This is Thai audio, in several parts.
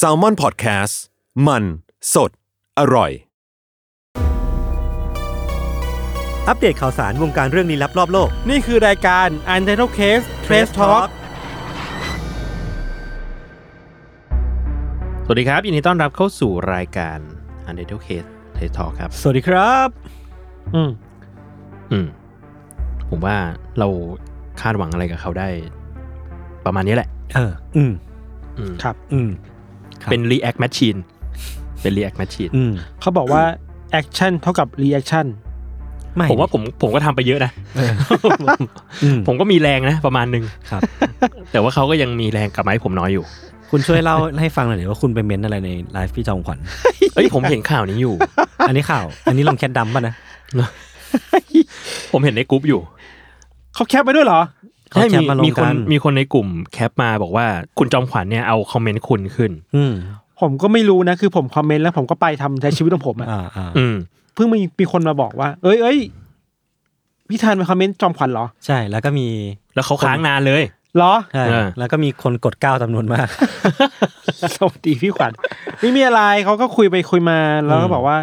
s a l m o n PODCAST มันสดอร่อย อัปเดตข่าวสารวงการเรื่องลี้ลับรอบโลก นี่คือรายการ u n t i t l e d Case Trace Talk สวัสดีครับยินดีต้อนรับเข้าสู่รายการ u n t i t l e d Case Trace Talk ครับ สวัสดีครับ อืม อืม ผมว่าเราคาดหวังอะไรกับเขาได้ ประมาณนี้แหละ เออ อืม อืม ครับ อืม ครับ เป็น React Machine เป็น React Machine อืม เขาบอกว่า action เท่ากับ reaction ไม่ ผมว่าผมผมก็ทำไปเยอะนะ อืม ผมก็มีแรงนะ ประมาณหนึ่ง ครับ แต่ว่าเขาก็ยังมีแรงกลับมาให้ผมน้อยอยู่ คุณช่วยเล่าให้ฟังหน่อยดิว่าคุณไปเม้นอะไรในไลฟ์พี่จอมขวัญ เอ้ย ผมเห็นข่าวนี้อยู่ อันนี้ข่าว อันนี้ลงแคทดำป่ะนะ ผมเห็นในกรุ๊ปอยู่ เขาแคปไปด้วยเหรอ เขาแคปมาลง มีคน กัน มีคนในกลุ่มแคปมาบอกว่าคุณจอมขวัญเนี่ยเอาคอมเมนต์คุณขึ้น อืม ผมก็ไม่รู้นะ คือผมคอมเมนต์แล้วผมก็ไปทำในชีวิตของผมอะ อ่าอ่า อืม เพิ่งมีมีคนมาบอกว่า เอ้ยเอ้ยพี่ธานไปคอมเมนต์จอมขวัญเหรอ ใช่ แล้วก็มี แล้วเขาค้างนานเลย เหรอ ใช่ อ่า แล้วก็มีคนกดก้าวจำนวนมาก สวัสดีพี่ขวัญไม่มีอะไรเขาก็คุยไปคุยมาแล้วก็บอกว่า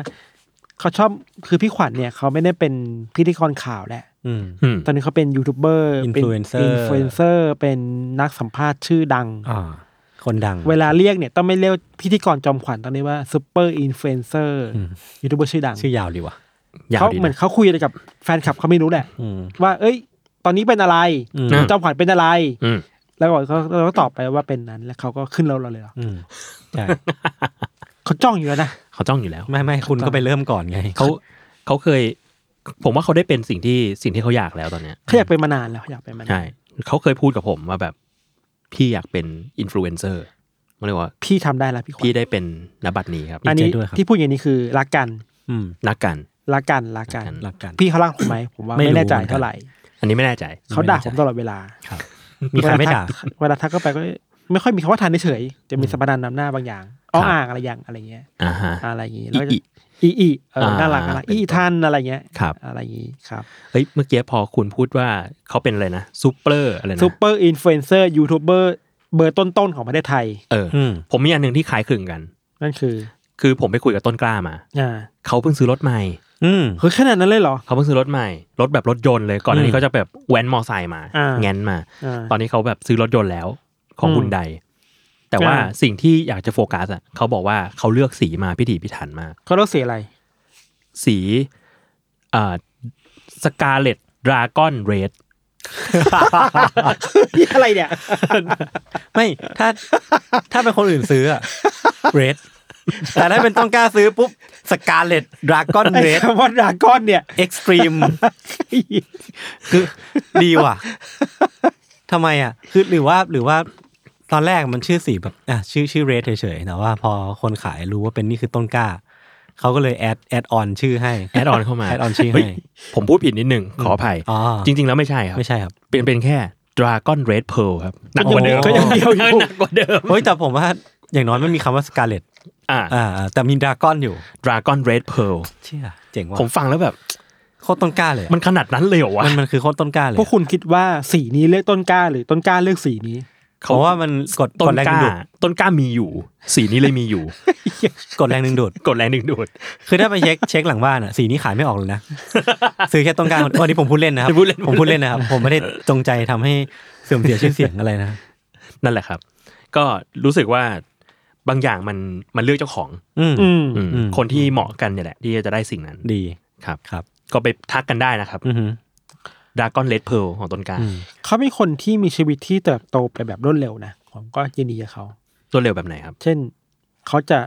เขาชอบคือพี่ขวัญเนี่ยเขาไม่ได้เป็นพิธีกรข่าวแหละ อืม อืม ตอนนี้เขาเป็นยูทูบเบอร์เป็น Influencer นฟลูเอนเซอร์เป็นนักสัมภาษณ์ชื่อดัง อ่า คนดัง เวลาเรียกเนี่ยต้องไม่เรียกพิธีกรจอมขวัญตอนนี้ว่าซูเปอร์อินฟลูเอนเซอร์ อืม ยูทูบเบอร์ชื่อดัง ชื่อยาวดีว่ะ ยาว เขา ดี เหมือ นะ นเขาคุยอะไรกับแฟนคลับเขาไม่รู้แหละ อืม ว่า เอ้ย ตอนนี้เป็นอะไร อืม นะ จอมขวัญเป็นอะไร อืม แล้วก็เขาเราก็ตอบไปว่าเป็นนั้น แล้วเขาก็ขึ้นเราเราเลยเหรอ อืม ใช่ เขาจ้องอยู่แล้วนะ เขาจ้องอยู่แล้ว ไม่ไม่คุณก็ไปเริ่มก่อนไง เขาเขาเคย ผมว่าเขาได้เป็นสิ่งที่สิ่งที่เขาอยากแล้วตอนเนี้ย เขาอยากเป็นมานานแล้วเขาอยากเป็นมานาน ใช่เขาเคยพูดกับผมว่าแบบ พี่อยากเป็นอินฟลูเอนเซอร์ผมเรียกว่า พี่ทำได้แล้วพี่ขวัญ พี่ได้เป็นนบัตรนี้ครับ อันนี้ ด้วยครับ ที่พูดอย่างนี้คือรักกัน อืม รักกัน รักกันรักกัน รักกัน รักกัน พี่เขารักผมไหมผมว่า ไม่รู้ ไม่แน่ใจ เหมือนกัน เท่าไหร่ อันนี้ไม่แน่ใจ เขาด่าผมตลอดเวลา ครับ มีใครไม่ด่า เวลาทักเข้าไปก็ไม่ค่อยมีคำว่าทานเฉยๆจะมีสมปนานนำหน้าบางอย่างอ้อ ครับ อ่างอะไรอย่างอะไรเงี้ย อ่าฮะ อะไรอย่างนี้ อิ แล้วก็ อิ อีอีเอออา น่ารักน่ารักอีอีท่านอะไรเงี้ย ครับ อะไรอย่างนี้ครับ เฮ้ยเมื่อกี้พอคุณพูดว่าเขาเป็นอะไรนะซูเปอร์อะไรนะ ซูเปอร์อินฟลูเอนเซอร์ยูทูบเบอร์เบอร์ต้นๆของประเทศไทย เอออ อืม ผมมีอันหนึ่งที่คล้ายคลึงกัน นั่นคือ คือผมไปคุยกับต้นกล้ามา อ่า เขาเพิ่งซื้อรถใหม่ อืม เฮ้ยขนาดนั้นเลยเหรอ เขาเพิ่งซื้อรถใหม่ รถแบบรถยนต์เลย ก่อนหน้า อื นี้ ม เขาจะแบบแว้นมอไซค์มา อ่า แง้นมา อ่า ตอนนี้เขาแบบซื้อรถยนต์แล้ว ของ อืม บุนได แต่ว่า อ่า สิ่งที่อยากจะโฟกัสอ่ะเขาบอกว่าเขาเลือกสีมาพิถีพิถันมาก เขาต้องเสียอะไร สีเอ่อสกาเลตดราก้อนเรด อะไรเนี่ย ไม่ ถ้า ถ้าเป็นคนอื่นซื้ออะเรด แต่ถ้าเป็นต้องกล้าซื้อปุ๊บสกาเลตดราก้อน ไอ้ เรด คำว่าดราก้อนเนี่ย เอ็กซ์ตรีมคือดีว่ะทำไมอ่ะ คือหรือว่าหรือว่าตอนแรกมันชื่อสีแบบอ่ะชื่อชื่อเรดเฉยๆแต่ว่าพอคนขายรู้ว่าเป็นนี่คือต้นกล้า เขาก็เลยแอดแอดออนชื่อให้ แอดออนเข้ามา แอดออนชื่อ เฮ้ย ให้ ผมพูดผิดนิดนึง ขออภัย อ๋อ จริง ๆ แล้วไม่ใช่ครับ ไม่ใช่ครับ เป็นเป็นแค่ดราก้อนเรดเพลครับหนัก ก็ กว่า ยั เดิ ง ม ก็ยังเดียวอยู่ หนักกว่าเดิม เฮ้ยแต่ผมว่าอย่างน้อยมันมีคำว่าสกาเลต อ่า อ่าแต่มีดราก้อนอยู่ ดราก้อนเรดเพล เชี่ยเจ๋งว่ะ ผมฟังแล้วแบบ โคตรต้นกล้าเลยอะ มันขนาดนั้นเลยเหรอวะ มันมันคือโคตรต้นกล้าเลย พวกคุณคิดว่าสีนี้เลือกต้นกล้าหรือต้นกล้าเลือกสีนี้ เพราะว่ามันกด ต้ ก น ดแรง ก ดึ ล้าง ดูด ต้นกล้ามีอยู่ สีนี้เลยมีอยู่ กดแรงดึงดูด กดแรงดึงดูด คือถ้าไปเช็คเช็คหลังบ้านอ่ะ สีนี้ขายไม่ออกเลยนะ ซื้อแค่ตรงกลางวันนี้ผมพูดเล่นนะครับ ผมพูดเล่นนะครับ ผมไม่ได้จงใจทำให้เสื่อมเสียชื่อเสียงอะไรนะ นั่นแหละครับ ก็รู้สึกว่าบางอย่างมันมันเลือกเจ้าของ อืม อืม อืม อืม คนที่เหมาะกันเนี่ยแหละ ที่จะได้สิ่งนั้น ดี ครับ ครับ ก็ไปทักกันได้นะครับ อือหือ ด r าก้อนเลดเพลของต้นกล้า อืม เขาเป็นคนที่มีชีวิตที่เติบโตไปแบบรวดเร็วนะผมก็ยินดีกับเขา รวดเร็วแบบไหนครับ เช่นเขาจะ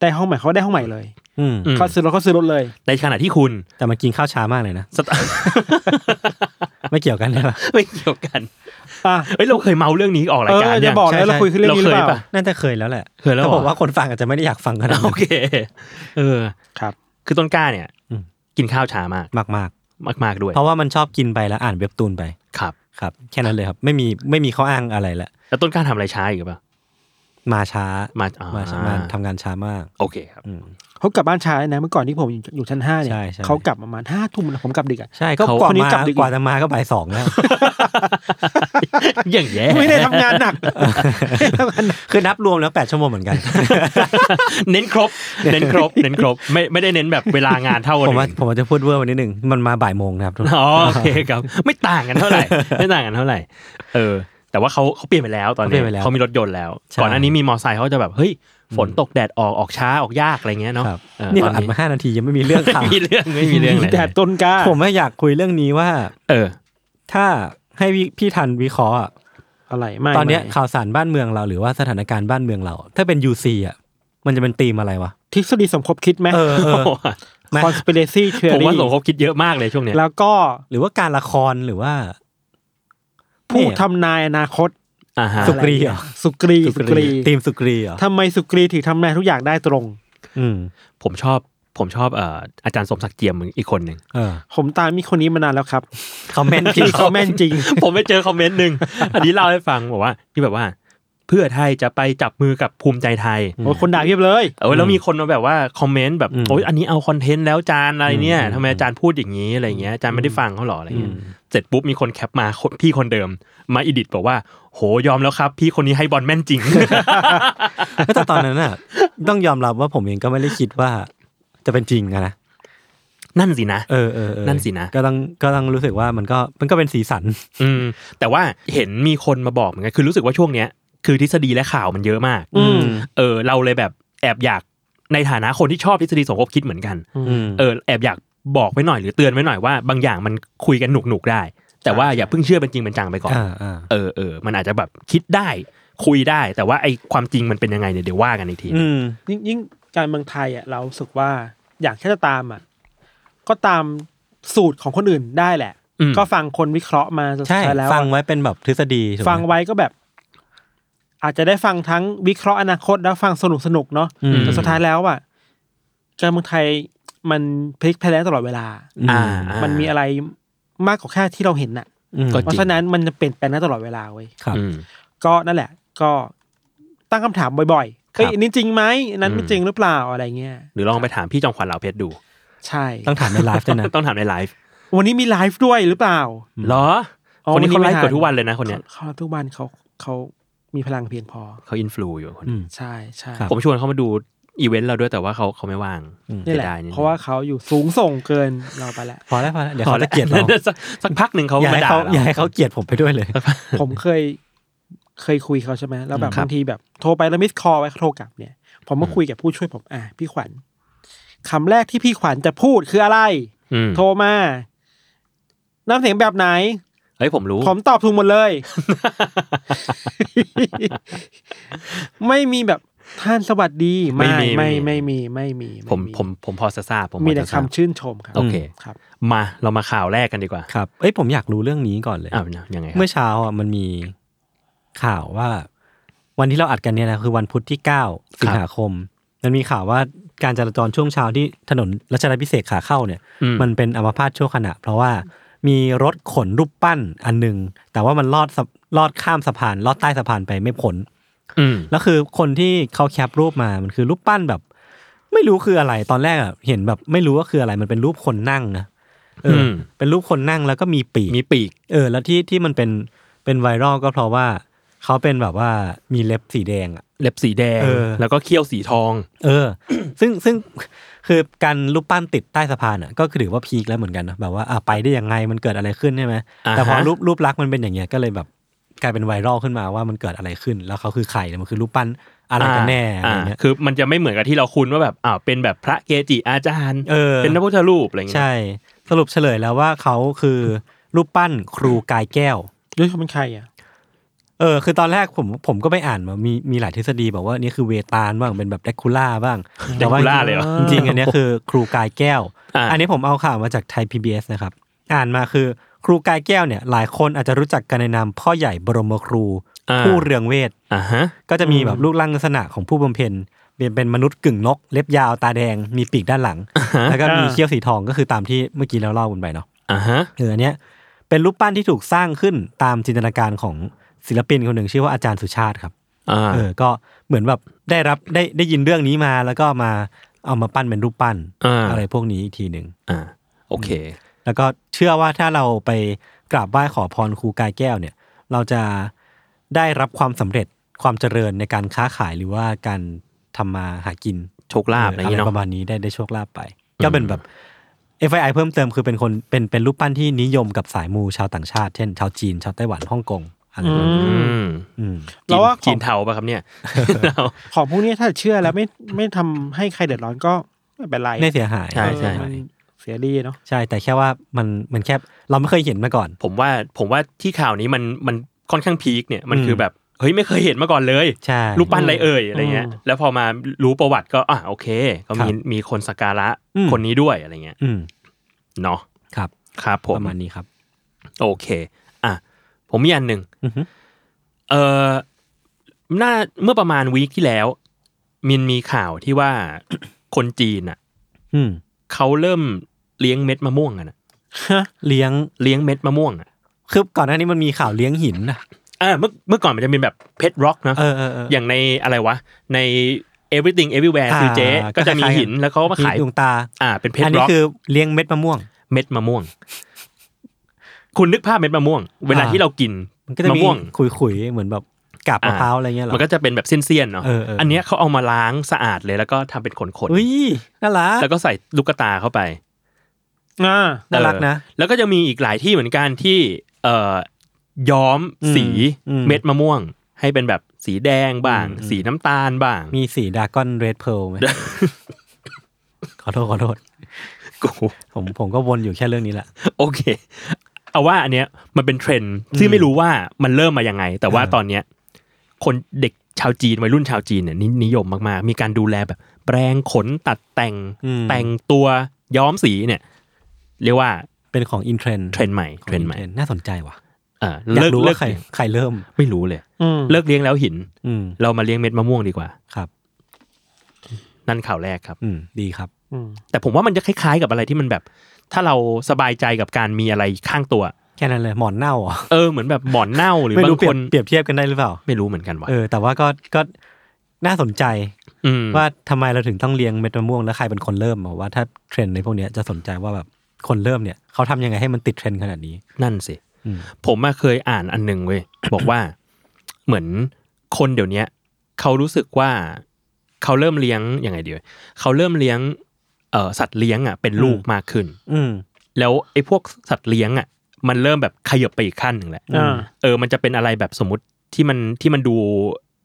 ได้ห้องใหม่เขาได้ห้องใหม่เลย อืม อืม เขาซื้อรถเขาซื้อรถเลย ในขณะที่คุณ แต่มันกินข้าวช้ามากเลยนะ สตาร์ ไม่เกี่ยวกันใช่ปะ ไม่เกี่ยวกัน อ่ะ เฮ้ยเราเคยเมาเรื่องนี้ออกรา เอยกาอร จะ เนี่ย บอกแล้วเราคุยเรื่องนี้หรือเป เราเคย ล่า ปะ น่าจะเคยแล้วแหละ เคยแล้วเหรอ ต่ผมว่าคนฟังอาจจะไม่ได้อยากฟังกัน โอเค เออ ครับ คือต้นกล้าเนี่ย อืม กินข้าวช้ามาก มากมาก มาก ๆ ด้ๆวย เพราะว่ามันชอบกินไปแล้วอ่านเว็บตูนไป ครับ ครับ แค่นั้นเลยครับ ไม่มีไม่มีข้ออ้างอะไรละ แล้วต้นกล้าทำอะไรช้าอีกหรือเปล่า มาช้า มาอ่ มาช้ามาทำงานช้ามาก โอเคครับ อืม เขากลับบ้านช้านะเมื่อก่อนที่ผมอยู่ชั้นห้าเนี่ย ใช่ใช่ เขากลับประมาณห้าทุ่มนะผมกลับดึกอ่ะ ใช่ก็ เขา กว่า คนนี้ มาก ลับดึกอีก กว่าจะมาก็บ่ายสองแล้ว อย่างแย่ ไม่ได้ทำงานหนัก คือนับรวมแล้วแปดชั่วโมงเหมือนกัน เน้นครบ เน้นครบ เน้นครบ ไม่ไม่ได้เน้นแบบเวลางานเท่า ผม กั ว่าน ผมว่าจะพูดเวอร์ไปนิดหนึ่งมันมาบ่ายโมงนะครับทุกคน อ๋อโอเคครับ ไม่ต่างกันเท่าไหร่ ไม่ต่างกันเท่าไหร่ เออ แต่ว่าเขาเขาเปลี่ยนไปแล้วตอน เขาเปลี่ นี้ ยนไปแล้ว เขามีรถยนต์แล้ว ใช่ ก่อนหน้านี้มีมอเตอร์ไซค์เขาจะแบบเฮ้ยฝนตกแดดออกออกช้าออกยากอะไรเงี้ยเนาะ ครับ เออ นี่ ตอ เรา น อัด นี้ มาห้านาทียังไม่มีเรื่อง ไม่ ข่าว มีเรื่องไม่มีเรื่องอะไร แต่ต้นกล้า ผมไม่อยากคุยเรื่องนี้ว่า เออ ถ้าให้พี่พี่ทันวิเคราะห์อะ อะไรไม่ ตอนเนี้ย ไม่ ข่าวสารบ้านเมืองเราหรือว่าสถานการณ์บ้านเมืองเรา ถ้าเป็น UC อ่ะมันจะเป็นธีมอะไรวะ ทฤษฎีสมคบคิดไหม เออเออ ไหม conspiracy ผม theory ว่าสมคบคิดเยอะมากเลยช่วงเนี้ย แล้วก็ หรือว่าการละครหรือว่า ผู้ทำนายอนาคต อ่าฮะ สุกรีเหรอ สุกรีสุกรี ธีมสุกรีเหรอ ทำไมสุกรีถึงทำนายทุกอย่างได้ตรง อืม ผมชอบผมชอบเอ่ออาจารย์สมศักดิ์เจียมอีกคนหนึ่ง เออ ผมตามมีคนนี้มานานแล้วครับ คอมเมนต์พี่ พี่เขาแม่นจริง ผมไปเจอคอมเมนต์หนึ่ง อันนี้เล่าให้ฟังบอกว่า ที่แบบว่า เพื่อไทยจะไปจับมือกับภูมิใจไทย โอ้ยคนด่าเพียบเลย เออแล้วมีคนมาแบบว่าคอมเมนต์แบบโอ้ยอันนี้เอาคอนเทนต์แล้วจานอะไรเนี่ยทำไมอาจารย์พูดอย่างนี้อะไรเงี้ยอาจารย์ไม่ได้ฟังเขาหรออะไรเงี้ยเสร็จปุ๊บมีคนแคปมาคนพี่คนเดิมมาอิดิทบอกว่า โหยอมแล้วครับ พี่คนนี้ให้บอลแม่นจริง แต่ตอนนั้นอ่ะ ต้องยอมรับว่าผมเองก็ไม่ได้คิดว่า จะเป็นจริงอะนะ นั่นสินะ เออเออเออ นั่นสินะ ก็ต้องก็ต้องรู้สึกว่ามันก็มันก็เป็นสีสัน อืมแต่ว่าเห็นมีคนมาบอกเหมือนกันคือรู้สึกว่าช่วงเนี้ยคือทฤษฎีและข่าวมันเยอะมาก อืม เออเราเลยแบบแอบอยากในฐานะคนที่ชอบทฤษฎีสมคบคิดเหมือนกัน อืม เออแอบอยากบอกไว้หน่อยหรือเตือนไว้หน่อยว่าบางอย่างมันคุยกันหนุกหนุกๆได้ แต่ว่าอย่าเพิ่งเชื่อเป็นจริงเป็นจังไปก่อน อ่าอ่า เออเออมันอาจจะแบบคิดได้คุยได้ แต่ว่าไอความจริงมันเป็นยังไงเนี่ยเดี๋ยวว่ากันอีกที อืม ยิ่งยิ่งการเมืองไทยอ่ะเรารู้สึกว่าอยากแค่จะตามอ่ะก็ตามสูตรของคนอื่นได้แหละ อืม ก็ฟังคนวิเคราะห์มาสุด ใช่ ท้ายแล้วอะ ฟังไว้เป็นแบบทฤษฎีถูกไหม ฟังไว้ก็แบบ อาจจะได้ฟังทั้งวิเคราะห์อนาคตแล้วฟังสนุกสนุกๆเนาะ อืม แต่สุดท้ายแล้วอ่ะการเมืองไทยมันพลิกแพลงตลอดเวลา อ่า มันมีอะไรมากกว่าแค่ที่เราเห็นน่ะ อืม ก็ เพจราะริ ฉะ ง นั้นมันจะเปลี่ยนแปลงได้ตลอดเวลาเว้ย ครับ อืม ก็นั่นแหละ ก็ตั้งคำถามบ่อยๆเอ้ย ครับ อันนี้จริงไหมอันนั้นไม่ อืม จริงหรือเปล่าอะไรเงี้ย หรือลองไปถามพี่จอมขวัญเหลาเพชรดู ใช่ ต้องถามในไลฟ์ด้วย นะ ต้องถามในไลฟ์ วันนี้มีไลฟ์ด้วยหรือเปล่า เหรออคนนี้เขาไลฟ์เกือบทุกวันเลยนะคน เขา เนี้ย เขาทุกวันเขาเขามีพลังเพียงพอ เขาอินฟลูอยู่คน อื นี้ ม ใช่ใช่ ครับ ผมชวนเขามาดูอีเวนต์เราด้วยแต่ว่าเขาเขาไม่ว่าง นี่แหละ สียดยดง เพราะว่าเขาอยู่สูงส่งเกินเราไป แล้ว พอแล้วพอแล้วเดี๋ยวเขาจะเกลียดเรา ดี๋วสักสักพักหนึ่งเขา อย่าให้ มาด่า เขา เรา อย่าให้เขาเกลียดผมไปด้วยเลย ผมเคยเคยคุยเขาใช่ไหมแล้วแบบ ครับ บางทีแบบโทรไปแล้วมิสคอไว้เขาโทรกลับเนี่ย ผมมาคุยกับผู้ช่วยผมอ่ะพี่ขวัญคำแรกที่พี่ขวัญจะพูดคืออะไร อืม โทรมาน้ำเสียงแบบไหน เฮ้ยผมรู้ ผมตอบถูกหมดเลย ไม่มีแบบท่านสวัสดี ไม่ ไม่ มี ไม่ไม่มีไม่มีไ ผมผมผมพอจะทราบผมพอ มีแต่ จะทราบ คำชื่นชมครับ โอเค ครับ มาเรามาข่าวแรกกันดีกว่า ครับเอ้ยผมอยากรู้เรื่องนี้ก่อนเลย อ้าวยังไงครับ เมื่อเช้าอ่ะมันมีข่าวว่า วันที่เราอัดกันเนี่ยนะคือวันพุธที่เก้าสิงหาคม มันมีข่าวว่าการจราจรช่วงเช้าที่ถนนรัชดาพิเศษกขาเข้าเนี่ย อื มันเป็นอัมพาตชั่วขณะ เพราะว่ามีรถขนรูปปั้นอันหนึ่งแต่ว่ามันลอดสะลอดข้ามสะพาน ลอดใต้สะพานไปไม่พ้น อืม แล้วคือคนที่เขาแคปรูปมามันคือรูปปั้นแบบ ไม่รู้คืออะไรตอนแรกอะเห็นแบบไม่รู้ว่าคืออะไรมันเป็นรูปคนนั่งนะเอออ ม เป็นรูปคนนั่งแล้วก็มีปีก มีปีก เออแล้วที่ที่มันเป็นเป็นไวรัลก็เพราะว่าเขาเป็นแบบว่ามีเล็บสีแดงอะ เล็บสีแดง เออ แล้วก็เขี้ยวสีทอง เออ ซึ่งซึ่งคือการรูปปั้นติดใต้สะพานอ่ะก็ถือว่าพีคแล้วเหมือนกันนะแบบว่าอ่ะไปได้ยังไงมันเกิดอะไรขึ้นใช่ไหม อ่าฮะ แต่พอรูปรูปลักษณ์มันเป็นอย่างเงี้ยก็เลยแบบกลายเป็นไวรัลขึ้นมาว่ามันเกิดอะไรขึ้น แล้วเขาคือใครเนี่ยมันคือรูปปั้นอะไรกันแน่อะไร อ่า เงี้ย คือมันจะไม่เหมือนกับที่เราคุ้นว่าแบบอ้าวเป็นแบบพระเกจิอาจารย์ เออ นพระพุทธรูปอะไรอย่างเงี้ย ใช่ สรุปเฉลยแล้วว่าเขาคือรูปปั้นครูกายแก้ว ด้วยเขาเป็นใครอ่ะ เออคือตอนแรกผมผมก็ไปอ่านมามีมีหลายทฤษฎีบอกว่านี่คือเวตาลบ้างเป็นแบบแดกคูล่าบ้างแต่ว่ Dracula เลยเหรอ จริงๆอันเนี้ยคือครูกายแก้ว อ่ะ อันนี้ผมเอาข่าวมาจากไทย PBS นะครับ อ่านมาคือครูกายแก้วเนี่ย หลายคนอาจจะรู้จักกันในนามพ่อใหญ่บรมครู อ่า ผู้เรืองเวท อ่าฮะ ก็จะมีแบบรูปร่างลักษณะของผู้บำเพ็ญเป็นเป็นมนุษย์กึ่งนก เล็บยาวตาแดงมีปีกด้านหลัง แล้วก็มี อ่า เขี้ยวสีทองก็คือตามที่เมื่อกี้เราเล่ากันไปเนาะ อ่าฮะ เอออนเนี้ยเป็นรูปปั้นที่ถูกสร้างขึ้นตามจินตนาการของศิลปินคนหนึ่งชื่อว่าอาจารย์สุชาติครับ อ่า เออ ก็เหมือนแบบได้รับได้ได้ยินเรื่องนี้มาแล้วก็มาเอามาปั้นเป็นรูปปั้น อ่า อะไรพวกนี้อีกทีหนึ่ง อ่า โอเค แล้วก็เชื่อว่าถ้าเราไปกราบไหว้ขอพรครูกายแก้วเนี่ย เราจะได้รับความสำเร็จความเจริญในการค้าขายหรือว่าการทำมาหากิน โชคลาภอะไรอย่างเงี้ย ประ เนาะ มาณนี้ได้ได้โชคลาภไป ก็เป็นแบบ FII เพิ่มเติมคือเป็นคนเป็นเป็นรูปปั้นที่นิยมกับสายมูชาวต่างชาติเช่น ชาวจีน ชาวไต้หวันฮ่องกงอะไรแบบนี้ อื อืม อืม จี เรา น ว่าข จี อง นเทาป่ะครับ เนี่ยเรา ของพวกนี้ถ้าเชื่อแล้วไม่ไม่ทำให้ใครเดือดร้อนก็ไม่เป็นไร ไม่เสียหาย ใช่ใช่ เออมันเสียดีเนาะ ใช่ แต่แค่ว่ามันมันแค่เราไม่เคยเห็นมาก่อน ผมว่าผมว่าที่ข่าวนี้มันมันค่อนข้างพีคเนี่ยมันคือแบบเฮ้ยไม่เคยเห็นมาก่อนเลย ใช่ รูปปั้นอะไรเอ่ยอะไรเงี้ย แล้วพอมารู้ประวัติก็อ่ะโอเค ก็มี ครับ มีคนสักการะ อืม คนนี้ด้วยอะไรเงี้ย อืม เนาะ ครับ ครับผ ป ม ระมาณนี้ครับ โอเค อ่ะผมมีอันหนึ่ง อือฮึ เออหน้าเมื่อประมาณวีคที่แล้ว มินมีข่าวที่ว่า คนจีนอ่ะ อืม เขาเริ่มเลี้ยงเม็ดมะม่วงกันอะ เลี้ยง เลี้ยงเม็ดมะม่วงอ่ะ คือก่อนหน้านี้มันมีข่าวเลี้ยงหินนะ อ่าเมื่อเมื่อก่อนมันจะเป็นแบบเพชรร็อกเนาะ เออเออเอออ อย่างในอะไรวะ ใน everything everywhere อ่า คือเจ๊ ก็ ก็จะมี คล้ายๆกัน หินแล้วเขาก็มาขาย ดวงตา อ่าเป็นเพช อั ร นี้ ร็อก คือเลี้ยงเม็ดมะม่วง เม็ดมะม่วง คุณนึกภาพเม็ดมะม่วง เวลา อ่า ที่เรากิน มันก็จะ มะ มี ม่วง ขุยๆ เหมือนแบบกาบ อ่าม มะพร้าวอะไรเงี้ยเหรอ มันก็จะเป็นแบบเส้นๆเนาะ เออเอออั อันเนี้ยเขาเอามาล้างสะอาดเลยแล้วก็ทำเป็นขน อุ้ยน่ารัก ๆแล้วก็ใส่ลูกกระตาเข้าไป อ่า น่ารักนะ เออแล้วก็จะมีอีกหลายที่เหมือนกันที่เอ่อย้อมสี อืม เม็ดมะม่วง ให้เป็นแบบสีแดงบ้าง สีน้ำตาลบ้าง มีสีดากอนเรดเพล ไหม ขอโทษขอโทษผมผมก็วนอยู่แค่เรื่องนี้แหละ โอเค เอาว่าอันเนี้ยมันเป็นเทรนด์ซึ่งไม่รู้ว่ามันเริ่มมายังไง แต่ว่าตอนเนี้ยคนเด็กชาวจีนวัยรุ่นชาวจีนเนี่ยนินิยมมากๆ มีการดูแลแบบแปรงขนตัดแต่ง อืม แต่งตัวย้อมสีเนี่ย เรียกว่า เป็นของอินเทรน เทรนด์ใหม่ ของเทรอินด์ น ใหม่ เทรนน่าสนใจว่ะ เออ อยา เลิ ก ก รู้ เลิ ว่าก ใครใครเริ่ม ไม่รู้เลย อืม เลิกเลี้ยงแล้วหิน อืม เรามาเลี้ยงเม็ดมะม่วงดีกว่า ครับ นั่นข่าวแรกครับ อืมดีครับ อืม แต่ผมว่ามันจะคล้ายๆ กับอะไรที่มันแบบ ถ้าเราสบายใจกับการมีอะไรข้างตัว แค่นั้นเลยหมอนเน่าเหรอ เออเหมือนแบบหมอนเน่าหรือ ไม่ บา รู้ ง เปรียคบ น เปรียบเทียบกันได้หรือเปล่า ไม่รู้เหมือนกันว่ะ เออ แต่ว่าก็ก็น่าสนใจ ม ว่าทำไมเราถึงต้องเลี้ยงเม็ดมะม่วงแล้วใครเป็นคนเริ่มบอกว่าถ้าเทรนด์ในพวกเนี้ยจะสนใจว่าแบบคนเริ่มเนี่ยเขาทำยังไงให้มันติดเทรนด์ขนาดนี้ นั่นสิ อืม ผมมาเคยอ่านอันหนึ่งเว้ย บอกว่า เหมือนคนเดี๋ยวเนี้ยเขารู้สึกว่าเขาเริ่มเลี้ยงยังไงดีเว้ยเขาเริ่มเลี้ยงเอ่อสัตว์เลี้ยงอ่ะเป็นลูกมากขึ้น อืม แล้วไอ้พวกสัตว์เลี้ยงอ่ะมันเริ่มแบบขยับไปอีกขั้นหนึ่งแหละ อ่า เออมันจะเป็นอะไรแบบสมมติที่มันที่มันดู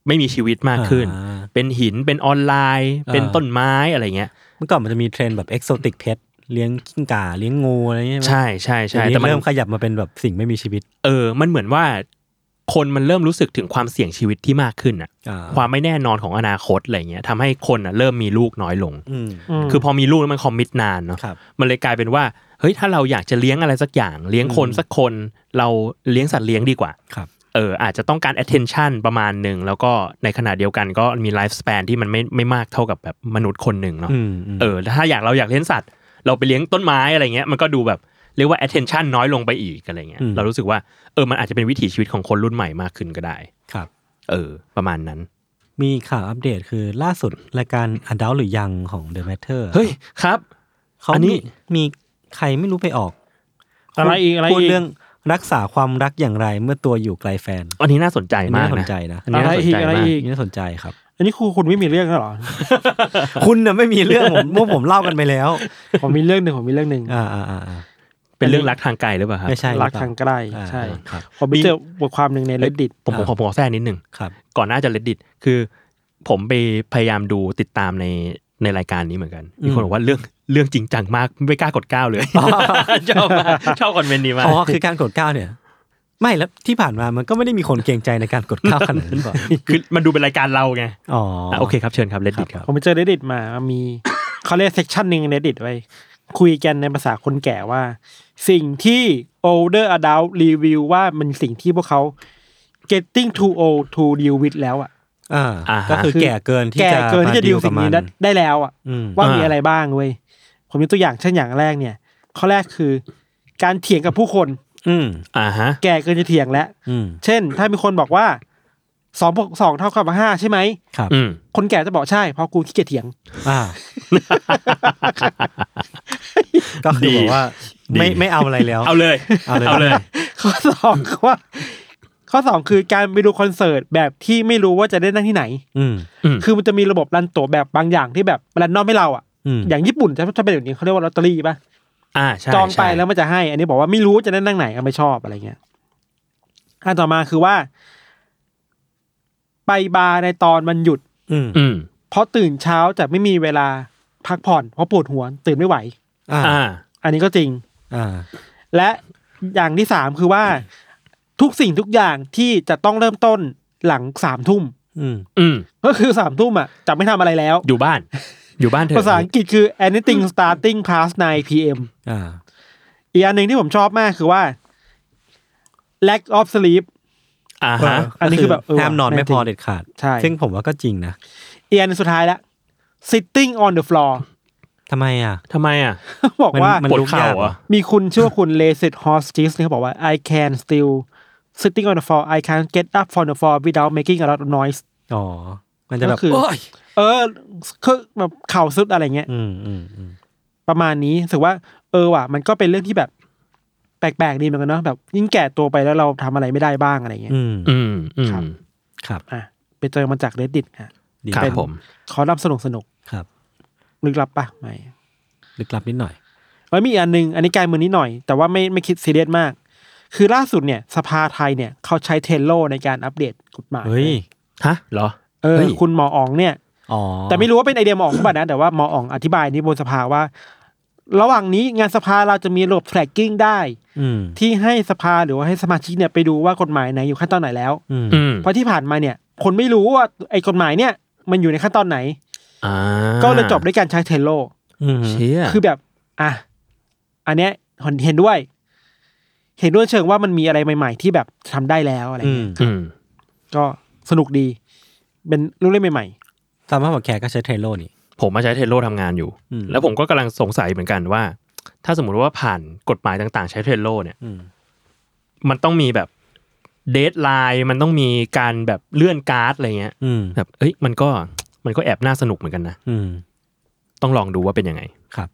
ไม่มีชีวิตมากขึ้น อ่า เป็นหินเป็นออนไลน์ อ่า เป็นต้นไม้อะไรเงี้ย เมื่อก่อนมันจะมีเทรนด์แบบเอ็กโซติกเพเลี้ยงกิ้งก่าเลี้ยงงูอะไรเงี้ย ใช่ใช่ใช่ เดี๋ยวนี้ แต่มัน เริ่มขยับมาเป็นแบบสิ่งไม่มีชีวิต เออ มันเหมือนว่าคนมันเริ่มรู้สึกถึงความเสี่ยงชีวิตที่มากขึ้นอ่ะ อ่า ความไม่แน่นอนของอนาคตอะไรเงี้ยทำให้คนอ่ะเริ่มมีลูกน้อยลง อืม ม คือพอมีลูกแล้วมันคอมมิตนานเนาะ ครับ มันเลยกลายเป็นว่า เฮ้ย ถ้าเราอยากจะเลี้ยงอะไรสักอย่าง เลี้ยงคนสักคน เราเลี้ยงสัตว์เลี้ยงดีกว่า ครับ เออ อาจจะต้องการ attention ประมาณหนึ่ง แล้วก็ในขณะเดียวกันก็มี lifespan ที่มันไม่ไม่มากเท่ากับแบบมนุษย์คนหนึ่งเนาะ อืมอืม เออ ถ้าอยากเราอยากเลี้ยงสัตว์ เราไปเลี้ยงต้นไม้อะไรเงี้ย มันก็ดูแบบเรียกว่า attention น้อยลงไปอีกอะไรเงี้ย เรารู้สึกว่า เออ มันอาจจะเป็นวิถีชีวิตของคนรุ่นใหม่มากขึ้นก็ได้ ครับ เออ ประมาณนั้น มีข่าวอัปเดตคือล่าสุดรายการ Adult หรือยังของ The Matter เฮ้ย ครับ เขา อันนี้ มีมีใครไม่รู้ไปออก อะไรอีก พูด อะไร พูด อีก เรื่องรักษาความรักอย่างไรเมื่อตัวอยู่ไกลแฟน อันนี้น่าสนใจ อันนี้ มาก น่าส นะ นใจนะ อันนี้น่าสนใจ อะไร มา อี ก ก อันนี้น่าสนใจครับ อันนี้ครูคุณไม่มีเรื่องแล้วเหรอ คุณน่ะไม่มีเรื่องผมพวกผมเล่ากันไปแล้ว ผมมีเรื่องหนึ่งผมมีเรื่องหนึ่ง อ่าอ่าอ่าอ่า เป็นเรื่องรักทางไกลหรือเปล่าครับ ไม่ใช่ รักทางใกล้ อ่า ใช่ ครับ ผมไปเจอบทความหนึ่งใน reddit ผมผมขอผมขอแทรกนิดนึง ครับ ก่อนหน้าจะ reddit คือ ผมไปพยายามดูติดตามในในรายการนี้เหมือนกันมีคนบอกว่าเรื่องเรื่องจริงจั งมากไม่กล้ากดก้าวเลย ชอบมากชอบคอนเมนต์นี้มาก อ๋อ คือการกดเก้าเนี่ย ไม่แล้วที่ผ่านมามันก็ไม่ได้มีคนเกรงใจในการกดเข้าขนาดนั้นหรอ คือมันดูเป็นรายการเราไง อ๋ออ่ะ ะโอเคครับเชิญครับเลดดิตครับ ผมไปเจอ reddit มามี เขาเรียกเซกชันหนึ่ง reddit ไว้ คุยกันในภาษาคนแก่ว่า สิ่งที่ older adult รีวิวว่ามันสิ่งที่พวกเขา getting too old to deal with แล้วอ่ะ อ่า อ่าฮะ ก็คือแก่เกินที่ แก่ จะ เกินที่จะ มา deal deal สิ่งนี้ กับมั ได้ได้แล้วอ่ะ อืม ว่า อ่ามี มีอะไรบ้างเว้ย ผมยกตัวอย่างเช่นอย่างแรกเนี่ย ข้อแรกคือ การเถียงกับผู้คน อืม อ่าฮะ แก่เกินจะเถียงแล้ว อืม เช่น ถ้ามีคนบอกว่าสองบวกสองเท่ากับห้าใช่ไหม ครับ อืม คนแก่จะบอกใช่ เพราะกูขี้เกียจเถียง อ่า ก็คือบอกว่าไม่ไม่เอาอะไรแล้ว เอาเลย เอาเลย เอาเลย ข้อสองคือว่า ข้อสองคือการไปดูคอนเสิร์ตแบบที่ไม่รู้ว่าจะได้นั่งที่ไหน อืม อืม คือมันจะมีระบบรันตั๋วแบบบางอย่างที่แบบรันนอกให้เราอ่ะ อืม อย่างญี่ปุ่นจะจะเป็นอย่างนี้เขาเรียกว่าลอตเตอรี่ป่ะ อ่าใช่ จองไป ใช่ แล้วมันจะให้ อันนี้บอกว่าไม่รู้จะได้นั่งไหนก็ไม่ชอบอะไรเงี้ยอันต่อมาคือว่า ไปบาร์ในตอนวันหยุด อืม อืม เพราะตื่นเช้าจะไม่มีเวลาพักผ่อน เพราะปวดหัว ตื่นไม่ไหว อ่า อ่า อันนี้ก็จริง อ่า และอย่างที่สามคือว่า ทุกสิ่งทุกอย่างที่จะต้องเริ่มต้นหลังสามทุ่ม อืม อืม ก็คือสามทุ่มอ่ะจะไม่ทำอะไรแล้ว อยู่บ้าน อยู่บ้านเถอะ ภาษาอังกฤษคือ anything starting past 9 p.m. อ่า อีกอันหนึ่งที่ผมชอบมากคือว่า lack of sleep อ่าฮะ อันนี้คือแบบเออ ห้ามนอนไม่ จริ พ ง อเด็ดขาด ใช่ ซึ่งผมว่าก็จริงนะ อีกอันหนึ่งสุดท้ายละ sitting on the floor ทำไมอ่ะ ทำไมอ่ะ บอกว่าม น ปวดเข่า ลุกยากเหร อ่ะ อ มีคุณชื่อว่าคุณเลเซตฮอสจิสเนี่ยเขาบอกว่า I can still sitting on the floor I can't get up from the floor without making a lot of noise อ๋อ มันจะแบบ ก็คือ โย เออคือแบบเข่าสุดอะไรเงี้ย อืมอืมอืม ประมาณนี้รู้สึกว่า เออว่ะ มันก็เป็นเรื่องที่แบบ แปลกๆดีเหมือนกันเนาะแบบ ยิ่งแก่ตัวไปแล้วเราทำอะไรไม่ได้บ้างอะไรเงี้ย อืม อืมอืม ครับ ครับ อ่ะไปเจอมันจาก reddit ฮะ ดี ครับ เป็น ผม ขอรับสนุกสนุก ครับ ๆลึกลับปะไม่ ลึกลับนิดหน่อย แล้วมีอีกอันหนึง อันนี้การเมืองนิดหน่อย แต่ว่าไม่ไม่คิดซีเรียสมาก คือล่าสุดเนี่ย สภาไทยเนี่ย เขาใช้เทรลโลในการอัปเดตกฎหมาย เฮ้ย ฮะเหรอ เออ เฮ้ย คุณหมออ๋องเนี่ย อ๋อ แต่ไม่รู้ว่าเป็นไอเดียหมออ๋องหรือเปล่านะ แต่ว่าหมออ๋องอธิบายนี้บนสภาว่า ระหว่างนี้งานสภาเราจะมีระบบ tracking ได้ อืม ที่ให้สภาหรือว่าให้สมาชิกเนี่ยไปดูว่ากฎหมายไหนอยู่ขั้นตอนไหนแล้ว อืม อืม เพราะที่ผ่านมาเนี่ย คนไม่รู้ว่าไอ้กฎหมายเนี่ย มันอยู่ในขั้นตอนไหน อ่า ก็เลยจบด้วยการใช้เทรลโล อืม เชี่ย คือแบบ อ่ะ อันเนี้ยเห็นด้วย เห็นด้วยเชิงว่ามันมีอะไรใหม่ ๆ ที่แบบทำได้แล้วอะไร อืม เงี้อืยม ก็สนุกดี เป็นลูกเล่นใหม่ ตามภาพของแขกก็ใช้เทรลโลนี่ ผมมาใช้เทรลโลทำงานอยู่ อืม แล้วผมก็กำลังสงสัยเหมือนกันว่า ถ้าสมมติว่าผ่านกฎหมายต่าง ๆ ใช้เทรลโลเนี่ย อืม มันต้องมีแบบเดทไลน์มันต้องมีการแบบเลื่อนการ์ดอะไรเงี้ย อืม แบบเอ้ยมันก็มันก็แอบน่าสนุกเหมือนกันนะ อืม ต้องลองดูว่าเป็นยังไง ครับ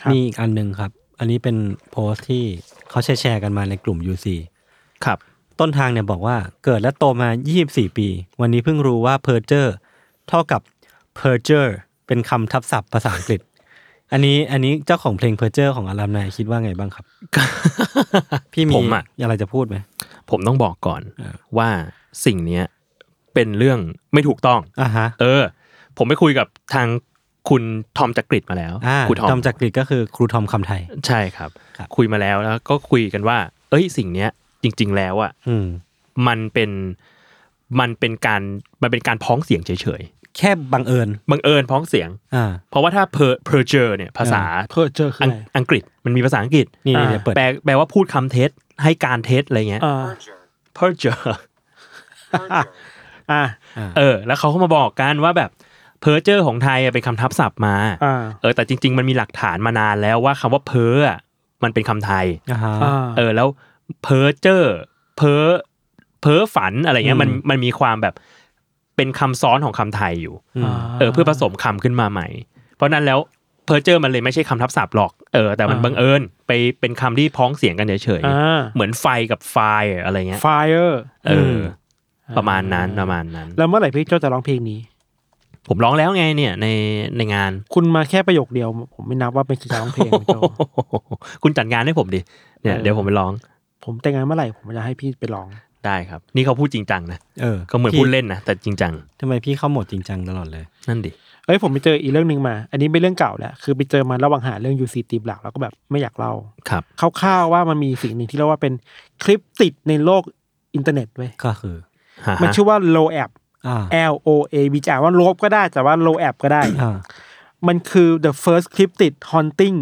ครับ มีอีกอันหนึ่งครับ อันนี้เป็นโพสต์ที่เขาแชร์แชร์กันมาในกลุ่ม UC ครับ ต้นทางเนี่ยบอกว่าเกิดและโตมา 24 ปี วันนี้เพิ่งรู้ว่า perger เท่ากับ perger เป็นคำทับศัพท์ภาษาอังกฤษ อันนี้อันนี้เจ้าของเพลง perger ของอารัมนายคิดว่าไงบ้างครับ พี่มี ผมอะ อะไรจะพูดไหม ผมต้องบอกก่อน อ่า ว่าสิ่งเนี้ยเป็นเรื่องไม่ถูกต้อง อ่าฮะ เออ ผมไปคุยกับทางคุณทอมจักริดมาแล้ว อ่า คุณทอม จำจากกรีกก็คือครูทอมคำไทย ใช่ครับ ครับ คุยมาแล้วแล้วก็คุยกันว่า เอ้ยสิ่งเนี้ย จริง ๆ แล้วอ่ะ อืม มันเป็นมันเป็นการมันเป็นการพ้องเสียงเฉย แค่บังเอิญ ๆบังเอิญพ้องเสียง อ่า เพราะว่าถ้า per perjure เนี่ยภาษา ๆ เพื่อเจอคือ อัง อะไร อังกฤษมันมีภาษาอังกฤษ นี่นี่เดี๋ยวเปิด แปลแปลว่าพูดคำเท็จให้การเท็จอะไรเงี้ย อ่า perjure อ่า เออ แล้วเขาก็มาบอกกันว่าแบบ perjure ของไทยอะเป็นคำทับศัพท์มา อ่า เออแต่จริง ๆ มันมีหลักฐานมานานแล้วว่าคำว่า per อะมันเป็นคำไทย อ่าฮะ อ่า เออแล้วเพ้อเจ้อเพ้อเพ้อฝันอะไรเงี้ยมัน อืม มันมีความแบบเป็นคำซ้อนของคำไทยอยู่ อืม เออเพื่อผสมคำขึ้นมาใหม่ เพราะนั้นแล้วเพ้อเจ้อมันเลยไม่ใช่คำทับศัพท์หรอกเออแต่มันบังเอิญไปเป็นคำที่พ้องเสียงกันเฉย อ่า ๆเหมือนไฟกับไฟอะอะไรเงี้ย fire เออ ม อประมาณนั้นประมาณนั้น แล้วเมื่อไหร่พี่เจ้าจะร้องเพลงนี้ ผมร้องแล้วไงเนี่ยในในงาน คุณมาแค่ประโยคเดียว ผมไม่นับว่าเป็นการร้องเพลงนะเจ้า คุณจัดงานให้ผมดิเนี่ย เออ เดี๋ยวผมไปร้อง ผมแต่งงานเมื่อไหร่ผมจะให้พี่ไปร้อง ได้ครับ นี่เขาพูดจริงจังนะ เออ ก็เหมือน พี่ พูดเล่นนะ แต่จริงจัง ทำไมพี่เข้าโหมดจริงจังตลอดเลย นั่นดิ เอ้ยผมไปเจออีกเรื่องหนึ่งมา อันนี้เป็นเรื่องเก่าแล้วคือไปเจอมาระหว่างหาเรื่อง UC ตีบหลักแล้วก็แบบไม่อยากเล่า ครับ คร่าวๆว่ามันมีสิ่งหนึ่งที่เรียกว่าเป็นคลิปติดในโลกอินเทอร์เน็ตเว้ย ก็คือ มันชื่อว่า low app อ่า L O A B จะอ่านว่า low ก็ได้แต่ว่า low app ก็ได้ อ่า มันคือ the first clip ติด haunting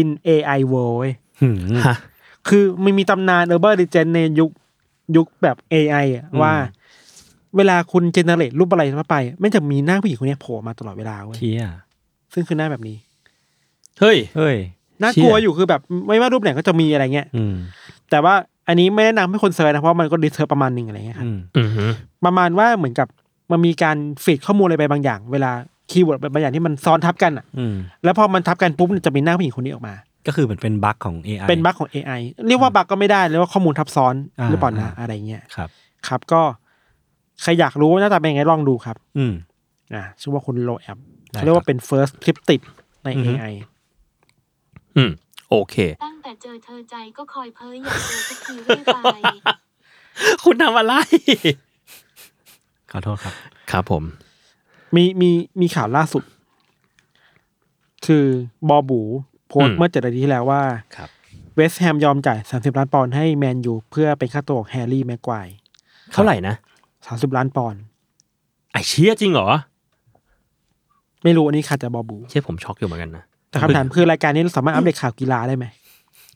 in AI world เว้ย หืม ฮะ คือมันมีตำนาน Urban Legend ในยุคยุคแบบ AI อะ อืม ว่า เวลาคุณเจเนเรตรูปอะไรเข้าไปไม่งจะมีหน้าผู้หญิงคนเนี้ยโผล่มาตลอดเวลาเว้ย เชี่ย ซึ่งคือหน้าแบบนี้ เฮ้ย เฮ้ย น่ากลัวอยู่คือแบบไม่ว่ารูปไหนก็จะมีอะไรเงี้ย อืม แต่ว่าอันนี้ไม่แนะนำให้คนเซิร์ชนะเพราะมันก็ดิสเทอร์ประมาณหนึ่งอะไรเงี้ยครับ อืม อือหือ ประมาณว่าเหมือนกับมันมีการฟีดข้อมูลอะไรไปบางอย่าง เวลาคีย์เวิร์ดบางอย่างที่มันซ้อนทับกันอ่ะ อืม แล้วพอมันทับกันปุ๊บจะมีหน้าผู้หญิงคนนี้ออกมา ก็คือเหมือนเป็นบั๊กของ AI เป็นบั๊กของ AI เรียกว่าบั๊กก็ไม่ได้เรียกว่าข้อมูลทับซ้อน อ่า หรือเปล่านะ อ่า อะไรเงี้ย ครับ ครับก็ใครอยากรู้ว่าหน้าตาเป็นยังไงลองดูครับ อืม อ่าชื่อว่าคุณโลแอป ได้ เขาเรียกว่าเป็น first clip ติดใน อือฮึ AI อืมโอเค ตั้งแต่เจอเธอใจก็คอยเพ้ออยากเจอสักทีเรื่อยไป คุณทำอะไร ขอโทษครับ ครับผม มีมีมีข่าวล่าสุด คือบอบู โพส อืมต์เมื่อเจ็ดนาทีที่แล้วว่า ครับ เวสต์แฮมยอมจ่ายสามสิบล้านปอนด์ให้แมนยูเพื่อเป็นค่าตัวของแฮร์รี่แม็กไกวร์ เท่าไหร่นะ สามสิบล้านปอนด์ ไอเชี่ยจริงเหรอ ไม่รู้อันนี้ขาดจากบอบู เชี่ยผมช็อกอยู่เหมือนกันนะ แต่คำถามคือรายการนี้เราสามารถอัปเดตข่าวกีฬาได้ไหม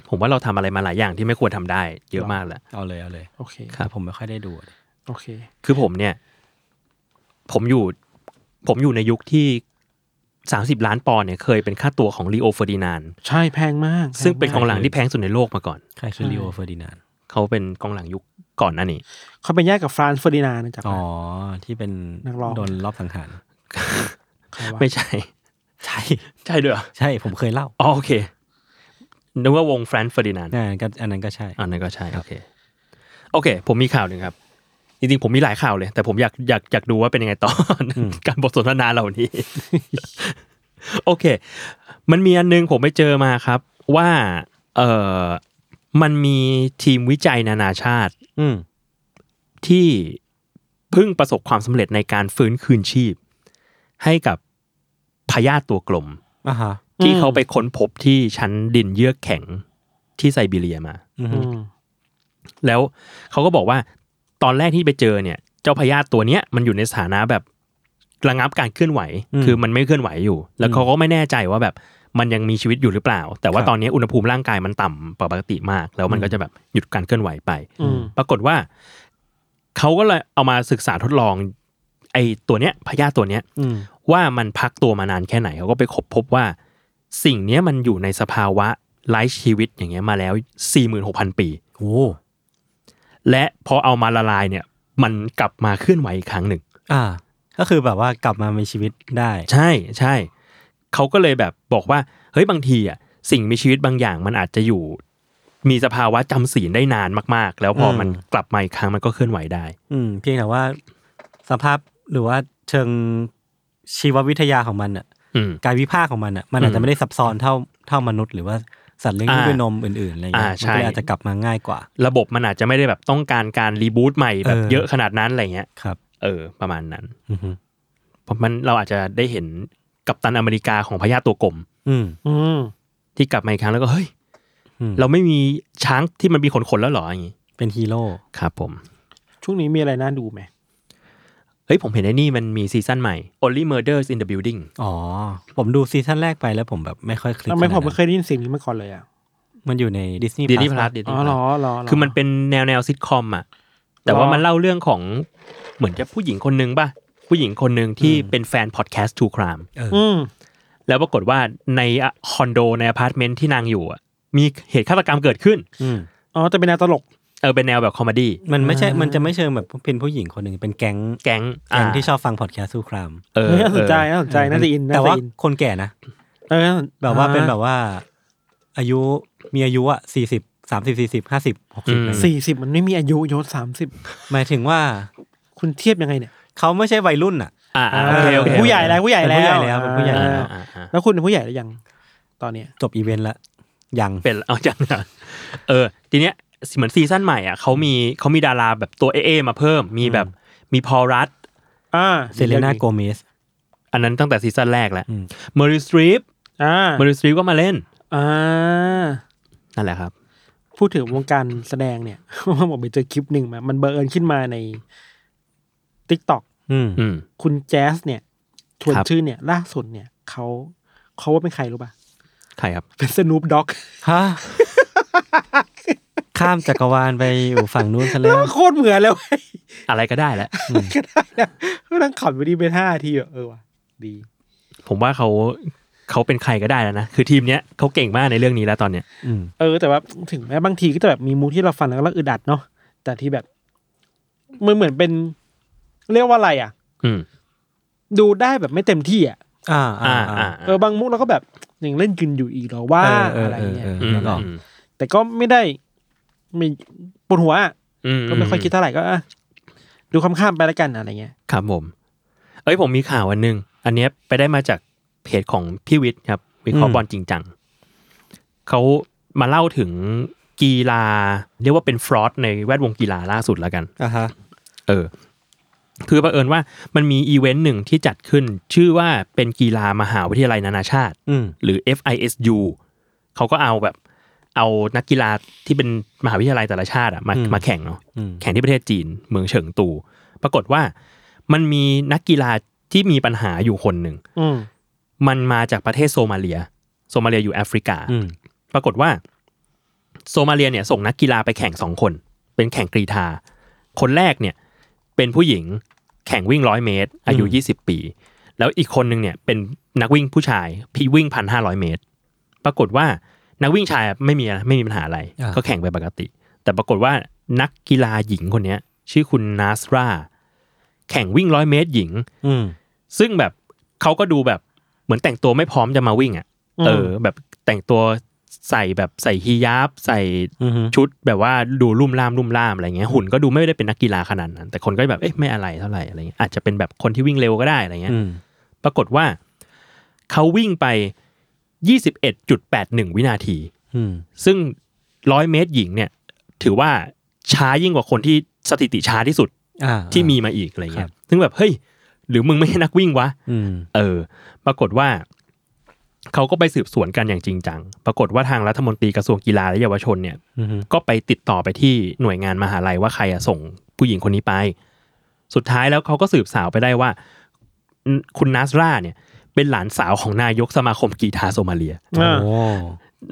ผมว่าเราทำอะไรมาหลายอย่างที่ไม่ควรทำได้ เยอะมากแหละ เอาเลยเอาเลย โอเค ครับผมไม่ค่อยได้ดูอะ โอเค คือผมเนี่ย ผมอยู่ ผมอยู่ในยุคที่สามสิบล้านปอนด์เนี่ยเคยเป็นค่าตัวของลีโอเฟอร์ดินานด์ ใช่แพงมาก ซึ่งเป็น แพ กอง มา หลังที่แพงสุดในโลกมาก่อน ใครคือลีโอเฟอร์ดินาน เขาเป็นกองหลังยุคก่อนหนั่นนี่ เขาเป็นญาติกับฟรานซ์เฟอร์ดินานด์นะจาก อ๋อ ที่เป็น นักร้อง โดนรอบสังหาร ใครวะ ไม่ใช่ ใช่ ใช่ด้วยเหรอ ใช่ผมเคยเล่า อ๋อโอเคนึกว่าวงแฟรนซ์เฟอร์ดินานด์ อ่าอันนั้นก็อันนั้นก็ใช่ อันนั้นก็ใช่ โอเค โอเค ผมมีข่าวหนึ่งครับ จริงๆ ผมมีหลายข่าวเลย แต่ผมอยากอยากอยากดูว่าเป็นยังไงตอน การบทสนทนาเหล่านี้ โอเค มันมีอันหนึงผมไปเจอมาครับ ว่า เออมันมีทีมวิจัยนานาชาติ อืม ที่เพิ่งประสบความสำเร็จในการฟื้นคืนชีพ ให้กับพยาธิตัวกลม อ่าฮะ ที่เขาไปค้นพบที่ชั้นดินเยือกแข็งที่ไซบีเรียมา อืม อืม แล้วเขาก็บอกว่าตอนแรกที่ไปเจอเนี่ย เจ้าพยาธิตัวเนี้ยมันอยู่ในสถานะแบบระงับการเคลื่อนไหว อืม คือมันไม่เคลื่อนไหวอยู่ แล้วเขาก็ไม่แน่ใจว่าแบบมันยังมีชีวิตอยู่หรือเปล่า แต่ว่า ครับ ตอนนี้อุณหภูมิร่างกายมันต่ำกว่าปกติมาก แล้วมันก็จะแบบหยุดการเคลื่อนไหวไป อืม ปรากฏว่าเขาก็เลยเอามาศึกษาทดลอง ไอ้ตัวเนี้ยพยาธิตัวเนี้ย อืม ว่ามันพักตัวมานานแค่ไหนเขาก็ไปคบพบว่า สิ่งเนี้ยมันอยู่ในสภาวะไร้ชีวิตอย่างเงี้ยมาแล้ว 46,000 ปี โอ้ และพอเอามาละลายเนี่ย มันกลับมาเคลื่อนไหวอีกครั้งหนึ่ง อ่า ก็คือแบบว่ากลับมามีชีวิตได้ ใช่ใช่เขาก็เลยแบบบอกว่าเฮ้ยบางทีอ่ะสิ่งมีชีวิตบางอย่างมันอาจจะอยู่ มีสภาวะจำศีลได้นานมากๆ แล้วพออ ม มันกลับมาอีกครั้งมันก็เคลื่อนไหวได้ อืม เพียงแต่ว่าสภาพหรือว่าเชิงชีววิทยาของมันอ่ะ อืม กายวิภาคของมันอ่ะ มันอาจ อื จะ ม ไม่ได้ซับซ้อนเท่าเท่ามนุษย์หรือว่าสัตว์เลี้ยงลูก อ่า ด้วยนมอื่นๆอะไรเงี้ย อ่า มั ใช่ นก็เลยอาจจะกลับมาง่ายกว่า ระบบมันอาจจะไม่ได้แบบต้องการการรีบูตใหม่แบบ เออ เยอะขนาดนั้นอะไรเงี้ย ครับ เออ ประมาณนั้น อือฮึ เพราะมันเราอาจจะได้เห็นกัปตันอเมริกาของพญาตัวกลม อืม อืม ที่กลับมาอีกครั้งแล้วก็เฮ้ย อืม เราไม่มีช้างที่มันมีขนขนๆแล้วเหรออย่างงี้ เป็นฮีโร่ ครับผม ช่วงนี้มีอะไรน่าดูไหม เฮ้ย ผมเห็นไอ้นี่มันมีซีซั่นใหม่ Only Murders in the Building อ๋อ ผมดูซีซั่นแรกไปแล้วผมแบบไม่ค่อยคลิก ทำไม ขาด ผมไม่ นั้น เคยได้ยินเสียงนี้มาก่อนเลยอ่ะ มันอยู่ในดิสนีย์ Disney Plus อ๋อเหรอเหรอหร คือมันเป็นแนวแนวซิทคอมอ่ะ แต่ว่า หรอ มันเล่าเรื่องของเหมือนจะผู้หญิงคนนึงป่ะ ผู้หญิงคนนึงที่เป็นแฟนพอดแคสต์ True Crime เออ อืม แล้วปรากฏว่าในคอนโดในอพาร์ตเมนต์ที่นางอยู่อะมีเหตุฆาตกรรมเกิดขึ้น อืม อ๋อแต่เป็นแนวตลก เออเป็นแนวแบบคอมเมดี้ มันไม่ใช่ มันจะไม่เชิงแบบเป็นผู้หญิงคนหนึ่งเป็นแก๊ง แก๊ง แก๊งที่ชอบฟังพอดแคสต์สู้คราม เออ เฮ้ยน่าสนใจ เออ น่าสนใจน่าจะอินน่า แต่ จะ ว่า อิน คนแก่นะ เออ แบบว่าเป็นแบบว่า อายุมีอายุอ่ะสี่สิบสามสิบสี่สิบห้าสิบหกสิบอะไรเงี้ย สี่สิบมันไม่มีอายุยศสามสิบ หมายถึงว่า คุณเทียบยังไงเนี่ย เขาไม่ใช่วัยรุ่นอ่ะ อ่าอ่าโอเคโอ เป็น เค ผู้ใหญ่แล้วผู้ใหญ่ เป็นผู้ใหญ่แล้วเป็นผู้ใหญ่ อ่า อ่า อ่าอ่าอ่า แล้วคุณเป็นผู้ใหญ่หรือยัง ตอนเนี้ย จบอีเวนต์ละยัง เป็นเอาจังนะเออ ทีเนี้ย เหมือนซีซั่นใหม่อ่ะเขามีเขามีดาราแบบตัวเอเอมาเพิ่ม มีแบบมีพอลรัต อ่า เซเลนาโกเมส อันนั้นตั้งแต่ซีซั่นแรกแหละเมอริสตรีฟ อ่า เมอริสตรีฟก็มาเล่น อ่า นั่นแหละครับ พูดถึงวงการแสดงเนี่ย ว่าผมไปเจอคลิปหนึ่งมา มันเบอร์เอิญขึ้นมาใน t ิ k t o k อืม อืม คุณแจ๊สเนี่ยชวน ครับ ชื่อเนี่ย ล่าสุดเนี่ยเขาเขาว่าเป็นใครรู้ป่ะ ใครครับ เป็นสนูปด็อก ฮะ ข้ามจักรวาลไปอยู่ฝั่งนู้นซะ แล้ว โคตรเหมือนแล้วเว้ย อะไรก็ได้แหละ ก็ได้นะก็นั่งขับไปดีไปห้าทีอะเออว่ะดี ผมว่าเขาเขาเป็นใครก็ได้แล้วนะ คือทีมเนี้ยเขาเก่งมากในเรื่องนี้แล้วตอนเนี้ย อืม เออ แต่ว่าถึงแม้บางทีก็จะแบบมีมูดที่เราฟังแล้วก็อึดอัดเนาะแต่ที่แบบมันเหมือนเป็น เรียกว่าอะไรอ่ะ อืม ดูได้แบบไม่เต็มที่อ่ะ อ่าอ่า อ่า อ่า อ่า เออบางมุกเราก็แบบยังเล่นกินอยู่อีกเหรอว่า เออ อะไร เออ เงี้ย เออเอ อืม นึกออก อืม แต่ก็ไม่ได้ไม่ปวดหัวอะ อืม ก็ไม่ค่อยคิดเท่าไหร่ก็อ่ะดูคำข้ามๆไปแล้วกันอะไรเงี้ย ครับผม เอ้ยผมมีข่าวอันหนึง อันเนี้ยไปได้มาจากเพจของพี่วิทย์ครับวิเคราะห์บอลจริงจังเขามาเล่าถึงกีฬา เรียกว่าเป็นฟรอดในแวดวงกีฬาล่าสุดแล้วกัน อ่าฮะ เออ คือบังเอิญว่ามันมีอีเวนต์หนึ่งที่จัดขึ้น ชื่อว่าเป็นกีฬามหาวิทยาลัยนานาชาติ อืม หรือ FISU เขาก็เอาแบบ เอานักกีฬาที่เป็นมหาวิทยาลัยแต่ละชาติอะมา อืม มาแข่งเนาะ อืม แข่งที่ประเทศจีนเมืองเฉิงตู ปรากฏว่ามันมีนักกีฬาที่มีปัญหาอยู่คนหนึ่ง อืม มันมาจากประเทศโซมาเลีย โซมาเลียอยู่แอฟริกา อืม ปรากฏว่า โซมาเลียเนี่ยส่งนักกีฬาไปแข่งสองคน เป็นแข่งกรีธา คนแรกเนี่ยเป็นผู้หญิงแข่งวิ่งร้อยเมตร อายุยี่สิบปี แล้วอีกคนนึงเนี่ยเป็นนักวิ่งผู้ชายพี่วิ่งพันห้าร้อยเมตร ปรากฏว่านักวิ่งชายไม่มีไม่มีปัญหาอะไร อ่า ก็แข่งไปปกติ แต่ปรากฏว่านักกีฬาหญิงคนเนี้ย ชื่อคุณนาสราแข่งวิ่งร้อยเมตรหญิง อืม ซึ่งแบบเขาก็ดูแบบเหมือนแต่งตัวไม่พร้อมจะมาวิ่งอ่ะ เออ แบบแต่งตัวใส่แบบใส่ฮิญาบใส่ อืม ชุดแบบว่าดูรุ่มล่ามรุ่มล่ามอะไรเงี้ยหุ่นก็ดูไม่ได้เป็นนักกีฬาขนาดนั้น แต่คนก็แบบเอ๊ะไม่อะไรเท่าไหร่อะไรเงี้ยอาจจะเป็นแบบคนที่วิ่งเร็วก็ได้อะไรเงี้ย อืม ปรากฏว่าเขาวิ่งไป 21.81 วินาที อืม ซึ่งร้อยเมตรหญิงเนี่ย ถือว่าช้ายิ่งกว่าคนที่สถิติช้าที่สุด อ่า ที่มีมาอีกอะไรเงี้ยซึ่งแบบเฮ้ยหรือมึงไม่ใช่นักวิ่งวะ อืม เออ ปรากฏว่า เขาก็ไปสืบสวนกันอย่างจริงจัง ปรากฏว่าทางรัฐมนตรีกระทรวงกีฬาและเยาวชนเนี่ย อืม ก็ไปติดต่อไปที่หน่วยงานมหาลัยว่าใครอะส่งผู้หญิงคนนี้ไป สุดท้ายแล้วเขาก็สืบสาวไปได้ว่า คุณนัสราเนี่ย เป็นหลานสาวของนายกสมาคมกีฬาโซมาเลีย โอ้ อ่า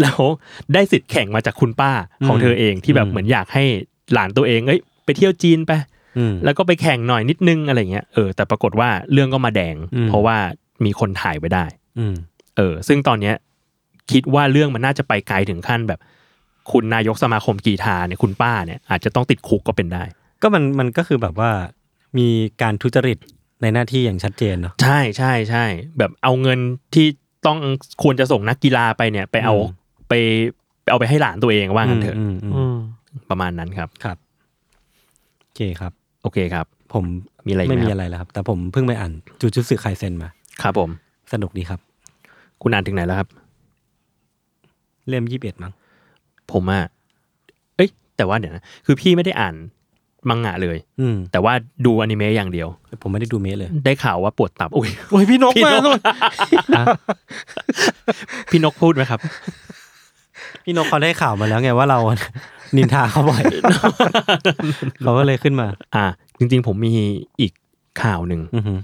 แล้วได้สิทธิ์แข่งมาจากคุณป้าของเธอเองที่แบบ อืม เหมือนอยากให้หลานตัวเองเอ้ยไปเที่ยวจีนไป อืม แล้วก็ไปแข่งหน่อยนิดนึงอะไรเงี้ย เออ แต่ปรากฏว่าเรื่องก็มาแดง อืม เพราะว่ามีคนถ่ายไว้ได้ อืม เออซึ่งตอนเนี้ยคิดว่าเรื่องมันน่าจะไปไกลถึงขั้นแบบ คุณนายกสมาคมกีฬาเนี่ยคุณป้าเนี่ยอาจจะต้องติดคุกก็เป็นได้ ก็มันมันก็คือแบบว่ามีการทุจริตในหน้าที่อย่างชัดเจนเนาะ ใช่ใช่ใช่แบบเอาเงินที่ต้องควรจะส่งนักกีฬาไปเนี่ย ไปเอา อืม ไปเอาไปให้หลานตัวเองว่างั้นเถอะ อืมอืมอื อื ม ม ประมาณนั้นครับ ครับ โอเคครับ โอเคครับ ผม มีอะไรอีกไหม ไม่มีอะไรแล้วครับ แต่ผมเพิ่งไปอ่านจูจูสึไคเซนมา ครับผม สนุกดีครับ คุณอ่านถึงไหนแล้วครับ เล่มยี่สิบเอ็ดมั้ง ผมอ่ะเอ้ย แต่ว่าเดี๋ยวนะคือพี่ไม่ได้อ่านมังงะเลย อืม แต่ว่าดูอนิเมะอย่างเดียว ผมไม่ได้ดูเมสเลย ได้ข่าวว่าปวดตับอุ้ย โอ้ยพี่นก พี่ มาน ก โน่น พี่นกพูดไหมครับ พี่นกเขาได้ข่าวมาแล้วไงว่าเรา นินทาเขาบ่อย เขาก็เลยขึ้นมา อ่าจริง ๆ ผมมีอีกข่าวหนึ่ง อือหือ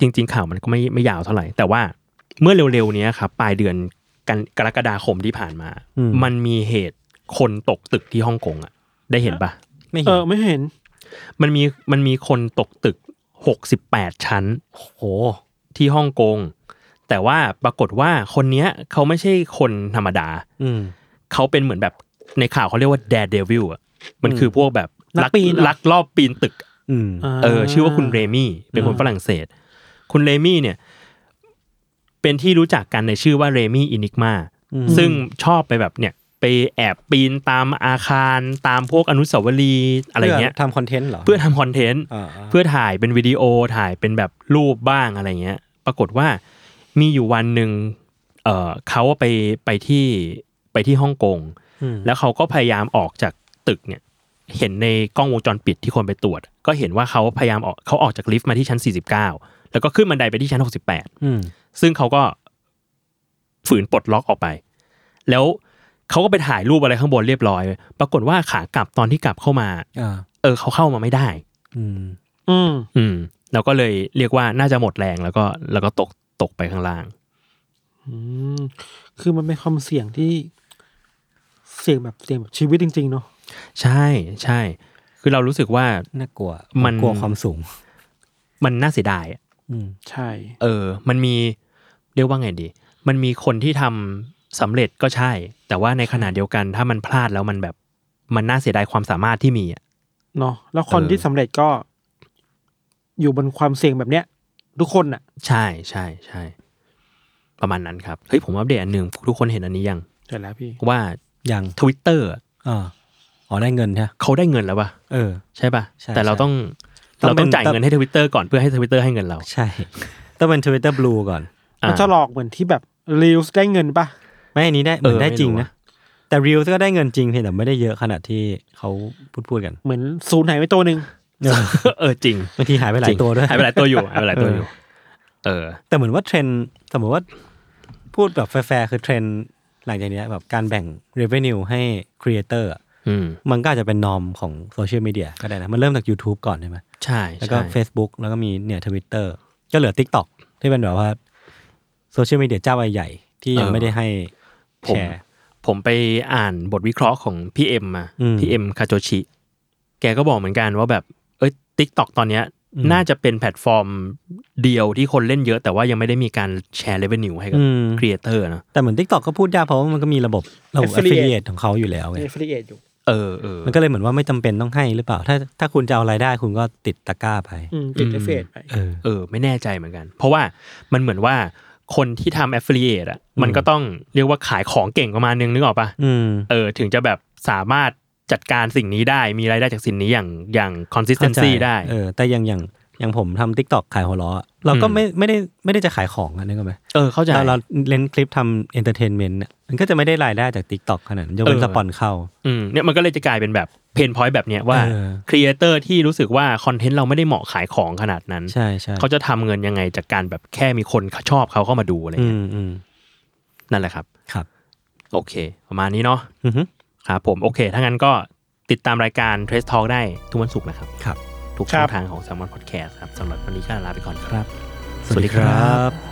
จริง ๆ ข่าวมันก็ไม่ไม่ยาวเท่าไหร่ แต่ว่าเมื่อเร็วๆเนี้ยครับ ปลายเดือนกันกรกฎาคมที่ผ่านมา อืม มันมีเหตุคนตกตึกที่ฮ่องกงอ่ะ ได้เห็นปะ ไม่เห็นเออไม่เห็น มันมีมันมีคนตกตึก 68 ชั้น โอ้โห ที่ฮ่องกงแต่ว่าปรากฏว่าคนเนี้ยเขาไม่ใช่คนธรรมดา อืม เขาเป็นเหมือนแบบในข่าวเขาเรียกว่า daredevil อ่ะมันคือพวกแบบ นักปีนเหรอ ลักลอบปีนตึก อืม เออชื่อว่าคุณเรมี่ เป็นคนฝรั่งเศส คุณเรมี่เนี่ย เป็นที่รู้จักกันในชื่อว่าเรมี่อินิกมา อืม ซึ่งชอบไปแบบเนี่ย ไปแอบปีนตามอาคารตามพวกอนุสาวรีย์อะไรเงี้ย พื่ทำคอนเทนต์เหรอ เพื่อทำคอนเทนต์ อ่า เพื่อถ่ายเป็นวิดีโอถ่ายเป็นแบบรูปบ้างอะไรเงี้ย ปรากฏว่ามีอยู่วันหนึ่งเอ่อเขาไปไปที่ไปที่ฮ่องกง อืม แล้วเขาก็พยายามออกจากตึกเนี่ย เห็นในกล้องวงจรปิดที่คนไปตรวจ ก็เห็นว่าเขาพยายามออกเขาออกจากลิฟต์มาที่ชั้น 49 แล้วก็ขึ้นบันไดไปที่ชั้น 68 อืม ซึ่งเขาก็ฝืนปลดล็อกออกไป แล้วเขาก็ไปถ่ายรูปอะไรข้างบนเรียบร้อย ปรากฏว่าขากลับตอนที่กลับเข้ามา อ่า เออเขาเข้ามาไม่ได้ อืม อืม อืม แล้วก็เลยเรียกว่าน่าจะหมดแรงแล้วก็แล้วก็ตกตกไปข้างล่าง อืมคือมันเป็นความเสี่ยงที่ เสี่ยงแบบเสี่ยงแบบชีวิตจริง ๆ เนาะ ใช่ใช่ คือเรารู้สึกว่า น่ากลัว มัน กลัวความสูง มันน่าเสียดายอะ อืม ใช่ เออ มันมีเรียกว่าไงดี มันมีคนที่ทำสำเร็จก็ใช่ แต่ว่าในขณะเดียวกัน ถ้ามันพลาดแล้วมันแบบมันน่าเสียดายความสามารถที่มีอะ เนาะแล้วคน เออ ที่สำเร็จก็ อยู่บนความเสี่ยงแบบเนี้ย ทุกคนอ่ะ ใช่ใช่ใช่ประมาณนั้นครับ เฮ้ย ผมอัปเดตอันหนึ่งทุกคนเห็นอันนี้ยัง เสร็จแล้วพี่ ว่า ยัง Twitter อ่าอ๋อได้เงินใช่ไหม เขาได้เงินแล้วป่ะ เออ ใช่ป่ะ ใช่ แต่เรา ใช่ ต้อง ต้อง เราต้อง เป็น จ่ายเงินให้ Twitter ก่อนเพื่อให้ Twitter ให้เงินเรา ใช่ ต้องเป็น Twitter Blue ก่อน อ่า มันจะหลอกเหมือนที่แบบรีวส์ได้เงินปะ ไม่อันนี้ได้เหมือน เออ ได้จริง ไม่รู้ นะ อะ แต่ Reels ก็ได้เงินจริงเพียงแต่ไม่ได้เยอะขนาดที่เขาพูดพูดๆกัน เหมือนศูนย์หายไปตัวหนึ่ง เออ เออจริง บางทีหายไปหลายตัวด้วย หายไปหลายตัวอยู่หายไปหลายตัวอยู่ เออ แต่เหมือนว่าเทรนด์สมมติว่าพูดแบบแฟร์ๆคือเทรนด์หลังจากเนี้ยแบบการแบ่ง revenue ให้ creator อะ อืม มันก็อาจจะเป็นนอมของโซเชียลมีเดียก็ได้นะ มันเริ่มจาก YouTube ก่อนใช่ไหม ใช่ แล้วก็ ใช่ Facebook แล้วก็มีเนี่ยทวิตเตอร์ก็เหลือ Tik t o อกที่เป็นแบบว่าโซเชียลมีเดียเจ้าใหญ่ๆที่ยัง เออ ไม่ได้ให้ ผ แช ม ร์ ผมไปอ่านบทวิเคราะห์ของพี่เอ็มมา อืม พี่เอ็มคาโจชิแกก็บอกเหมือนกันว่าแบบเอ้ยทิกตอกตอนเนี้ย อืม น่าจะเป็นแพลตฟอร์มเดียวที่คนเล่นเยอะ แต่ว่ายังไม่ได้มีการแชร์เลเวนิวให้กับ อืม ครีเอเตอร์นะ แต่เหมือน Tik t o อกก็พูดยากเพราะว่ามันก็มีระบบระบบ Affiliate affiliate ของเขาอยู่แล้วไง เอฟรีเอทอยู่ เออเออ มันก็เลยเหมือนว่าไม่จำเป็นต้องให้หรือเปล่า ถ้าถ้าคุณจะเอารายได้คุณก็ติดตะกร้าไป อืมติด อืม เอฟเอทไป เออ เออ ไม่แน่ใจเหมือนกัน เพราะว่ามันเหมือนว่าคนที่ทำแอฟเฟ i ี t e อ่ะ มันก็ต้องเรียกว่าขายของเก่งประมาณนึงนึกออกปะ อืม เออ ถึงจะแบบสามารถจัดการสิ่งนี้ได้มีรายได้จากสิ่งนี้อย่างอย่างคอนสิสเทนซี เข้าใจ ได้ เออ แต่อย่างอย่างอย่างผมทำ t ิ k t o k ขายหัวล้ออะเราก็ อืม ไม่ไม่ได้ไม่ได้จะขายของอะนึกออกไหม เออเข้าใจ เราเราเล่นคลิปทำเอนเตอร์เทนเมนต์มันก็จะไม่ได้รายได้จาก t ิ k t o k ขนาดนั้นยกเว้น เออ สปอนเข้า อืมเนี่ยมันก็เลยจะกลายเป็นแบบเพนพอยต์แบบเนี้ยว่า เออ ครีเอเตอร์ที่รู้สึกว่าคอนเทนต์เราไม่ได้เหมาะขายของขนาดนั้น ใช่ใช่ เขาจะทำเงินยังไงจากการแบบแค่มีคนชอบเขาเข้ามาดูอะไร อื เงี้ย มอืม นั่นแหละครับ ครับ โอเค ประมาณนี้เนาะ อือฮึ ครับผมโอเค ถ้างั้นก็ติดตามรายการ t r a c e Talk ได้ทุกวันศุกร์นะครับ ครับ ทุกช่องทางของ s ซ l m o n Podcast ครับสำหรับวันนี้ก็ลาไปก่อนครับ สวัสดีครับ